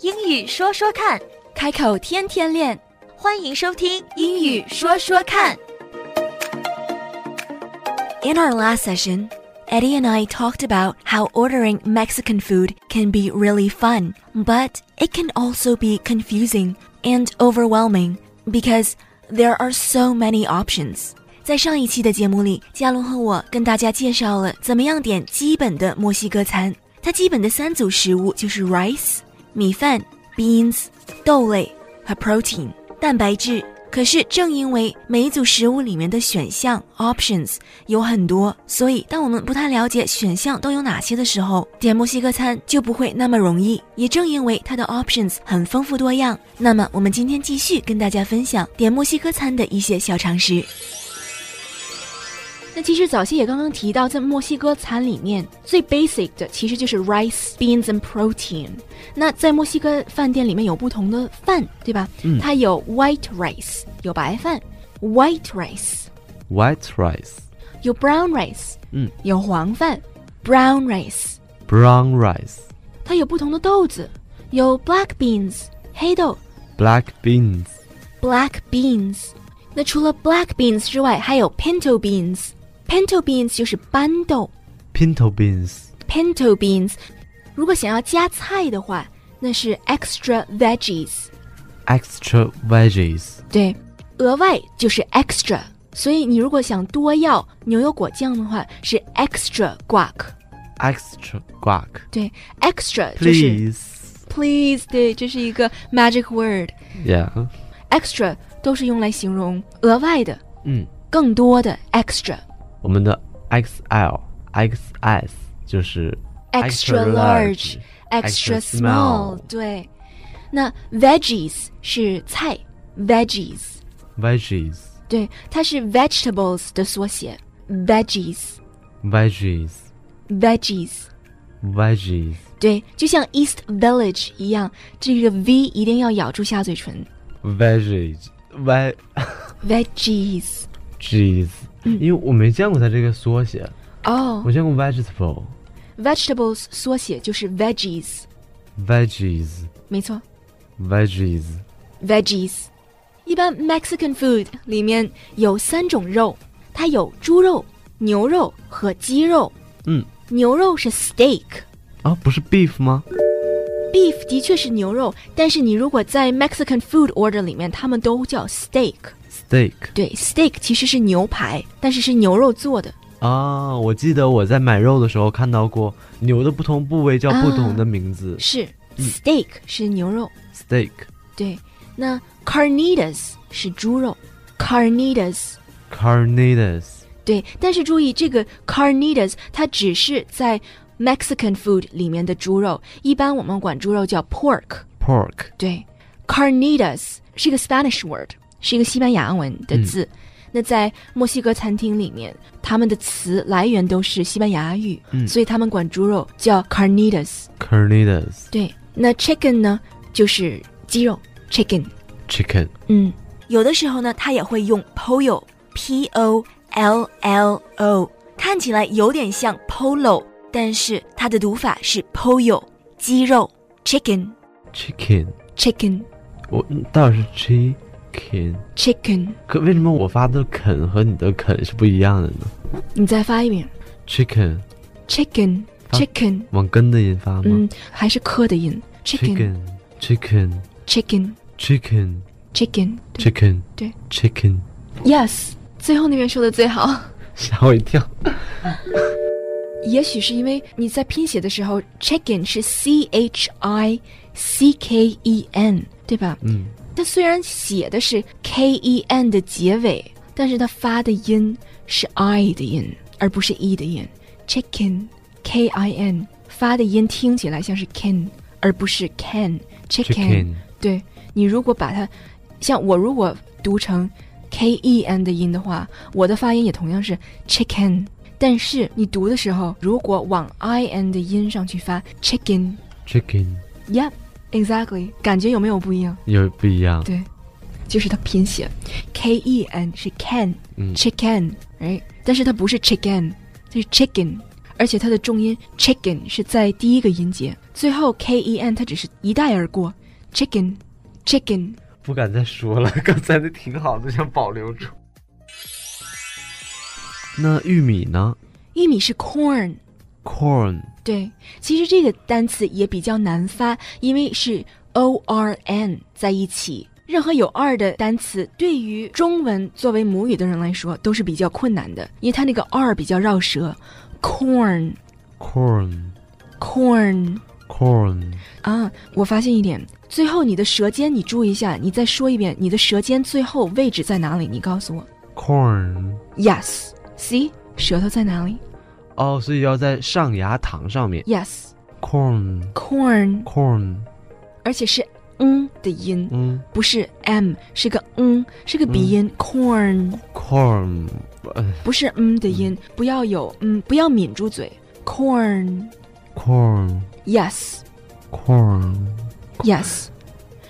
英语说说看，开口天天练，欢迎收听《英语说说看》。 In our last session, Eddie and I talked about how ordering Mexican food can be really fun, but it can also be confusing and overwhelming because there are so many options. 在上一期的节目里，嘉伦和我跟大家介绍了怎么样点基本的墨西哥餐。它基本的三组食物就是 rice 米饭、beans 豆类和 protein 蛋白质。可是正因为每一组食物里面的选项 options 有很多，所以当我们不太了解选项都有哪些的时候，点墨西哥餐就不会那么容易。也正因为它的 options 很丰富多样，那么我们今天继续跟大家分享点墨西哥餐的一些小常识。那其实早些也刚刚提到，在墨西哥餐里面最 basic 的其实就是 rice, beans and protein。那在墨西哥饭店里面有不同的饭，对吧？嗯它有 white rice，有白饭；white rice， White rice, 有 brown rice，嗯，有黄饭；brown rice， brown rice, 它有不同的豆子，有 black beans，黑豆 black beans, ；black beans。那除了 black beans 之外，还有 pinto beans。pinto beans 就是斑豆。 pinto beans, pinto beans。如果想要加菜的话，那是 extra veggies。 extra veggies, 对，额外就是 extra。所以你如果想多要牛油果酱的话，是 extra guac。 extra guac. 对，extra 就是 Please, please，对，这是一个 magic word。 yeah. extra 都是用来形容额外的、嗯，更多的 extra。Mm. 我们的 XL、XS 就是 extra large、extra extra small small。对，那 veggies 是菜，veggies。 veggies, 对，它是 vegetables 的缩写，veggies veggies, veggies。 veggies. 对，就像 East Village 一样，这个 V 一定要咬住下嘴唇 veggies ve ，veggies。 cheese，因为我没见过它这个缩写，哦、我见过 vegetable v e g e t a b l e s 缩写就是 veggies， veggies 没错 veggies ，veggies。一般 Mexican food 里面有三种肉，它有猪肉、牛肉和鸡肉。嗯，牛肉是 steak，啊，不是 beef 吗？ Beef 的确是牛肉，但是你如果在 Mexican food order 里面，他们都叫 steak。 steak 对，steak 其实是牛排，但是是牛肉做的。啊，我记得我在买肉的时候看到过牛的不同部位叫不同的名字、是 steak 是牛肉。 steak 对，那 carnitas 是猪肉，carnitas。 carnitas 对，但是注意这个 carnitas 它只是在 Mexican food 里面的猪肉，一般我们管猪肉叫 pork。 pork 对，carnitas 是一个 Spanish word，是一个西班牙文的字。那在墨西哥餐厅里面，他们的词来源都是西班牙语，嗯所以他们管猪肉叫 carnitas。 carnitas 对，那 chicken 呢，就是鸡肉 chicken。 chicken 嗯，有的时候呢，它也会用 pollo p o l l o，看起来有点像 polo，但是它的读法是 pollo，鸡肉 chicken chicken chicken 我嗯到底是 chicken， chicken。可为什么我发的肯和你的肯是不一样的呢你再发一遍。 ？chicken chicken 啊 chicken，、往根的音发吗、嗯，还是科的音 c h i c k e chicken n chicken chicken chicken chicken chicken 对 chicken， yes，最后那边说的最好。吓我一跳。也许是因为你在拼写的时候，chicken 是 c h i c k e n，对吧？嗯，它虽然写的是 k e n 的结尾，但是它发的音是 i 的音，而不是 e 的音。chicken k i n 发的音听起来像是 kin，而不是 can。chicken chicken 对你如果把它，像我如果读成 k e n 的音的话，我的发音也同样是 chicken，但是你读的时候，如果往 i n 的音上去发 chicken，yep chicken exactly，感觉有没有不一样？有不一样。对，就是它拼写 k e n 是 can 嗯 chicken，哎、但是它不是 chicken，它是 chicken，而且它的重音 chicken 是在第一个音节，最后 k e n 它只是一带而过，chicken chicken。不敢再说了， 刚才那挺好的，想保留住。那玉米呢玉米是 corn， ？corn 对，其实这个单词也比较难发，因为是 o r n 在一起。任何有 r 的单词，对于中文作为母语的人来说都是比较困难的，因为它那个 r 比较绕舌。corn corn corn corn 啊，我发现一点，最后你的舌尖，你注意一下，你再说一遍，你的舌尖最后位置在哪里？你告诉我。 corn。 Yes，see，舌头在哪里哦，所以要在上牙膛上面。 ？Yes，corn corn corn，而且是嗯的音，嗯不是 m，是个嗯，是个鼻音、corn， corn，不是嗯的音，不要有嗯，不要抿住嘴，corn。 corn Yes，yes。 corn。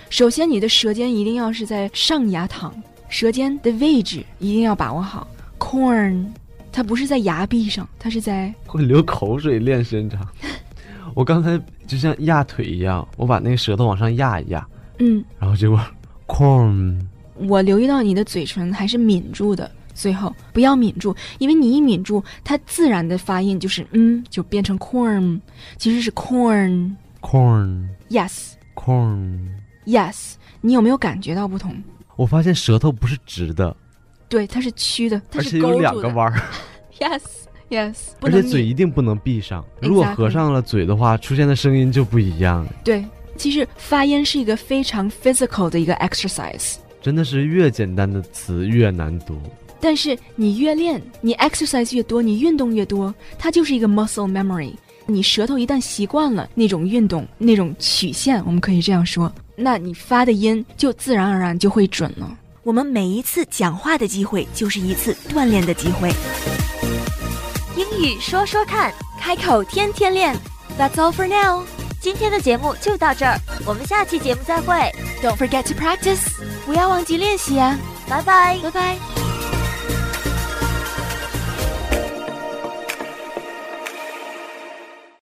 首先，你的舌尖一定要是在上牙膛，舌尖的位置一定要把握好。corn，它不是在牙壁上，它是在会流口水练伸长。 我刚才就像压腿一样，我把那个舌头往上压一压，嗯，然后结果 corn 我留意到你的嘴唇还是抿住的。最后不要抿住，因为你一抿住，它自然的发音就是嗯，就变成 corn，其实是 corn。 corn Yes， corn。 Yes，你有没有感觉到不同？我发现舌头不是直的，对，它是曲的，它而是且勾有住的。两个弯儿， Yes，Yes，不而能且抿嘴一定不能闭上。如果 Exactly 合上了嘴的话，出现的声音就不一样了。对。其实发音是一个非常 physical 的一个 exercise，真的是越简单的词越难读。但是你越练，你 exercise 越多，你运动越多，它就是一个 muscle memory。你舌头一旦习惯了那种运动、那种曲线，我们可以这样说，那你发的音就自然而然就会准了。我们每一次讲话的机会，就是一次锻炼的机会。英语说说看，开口天天练。That's all for now。今天的节目就到这儿，我们下期节目再会， Don't forget to practice，不要忘记练习啊！拜拜。拜拜。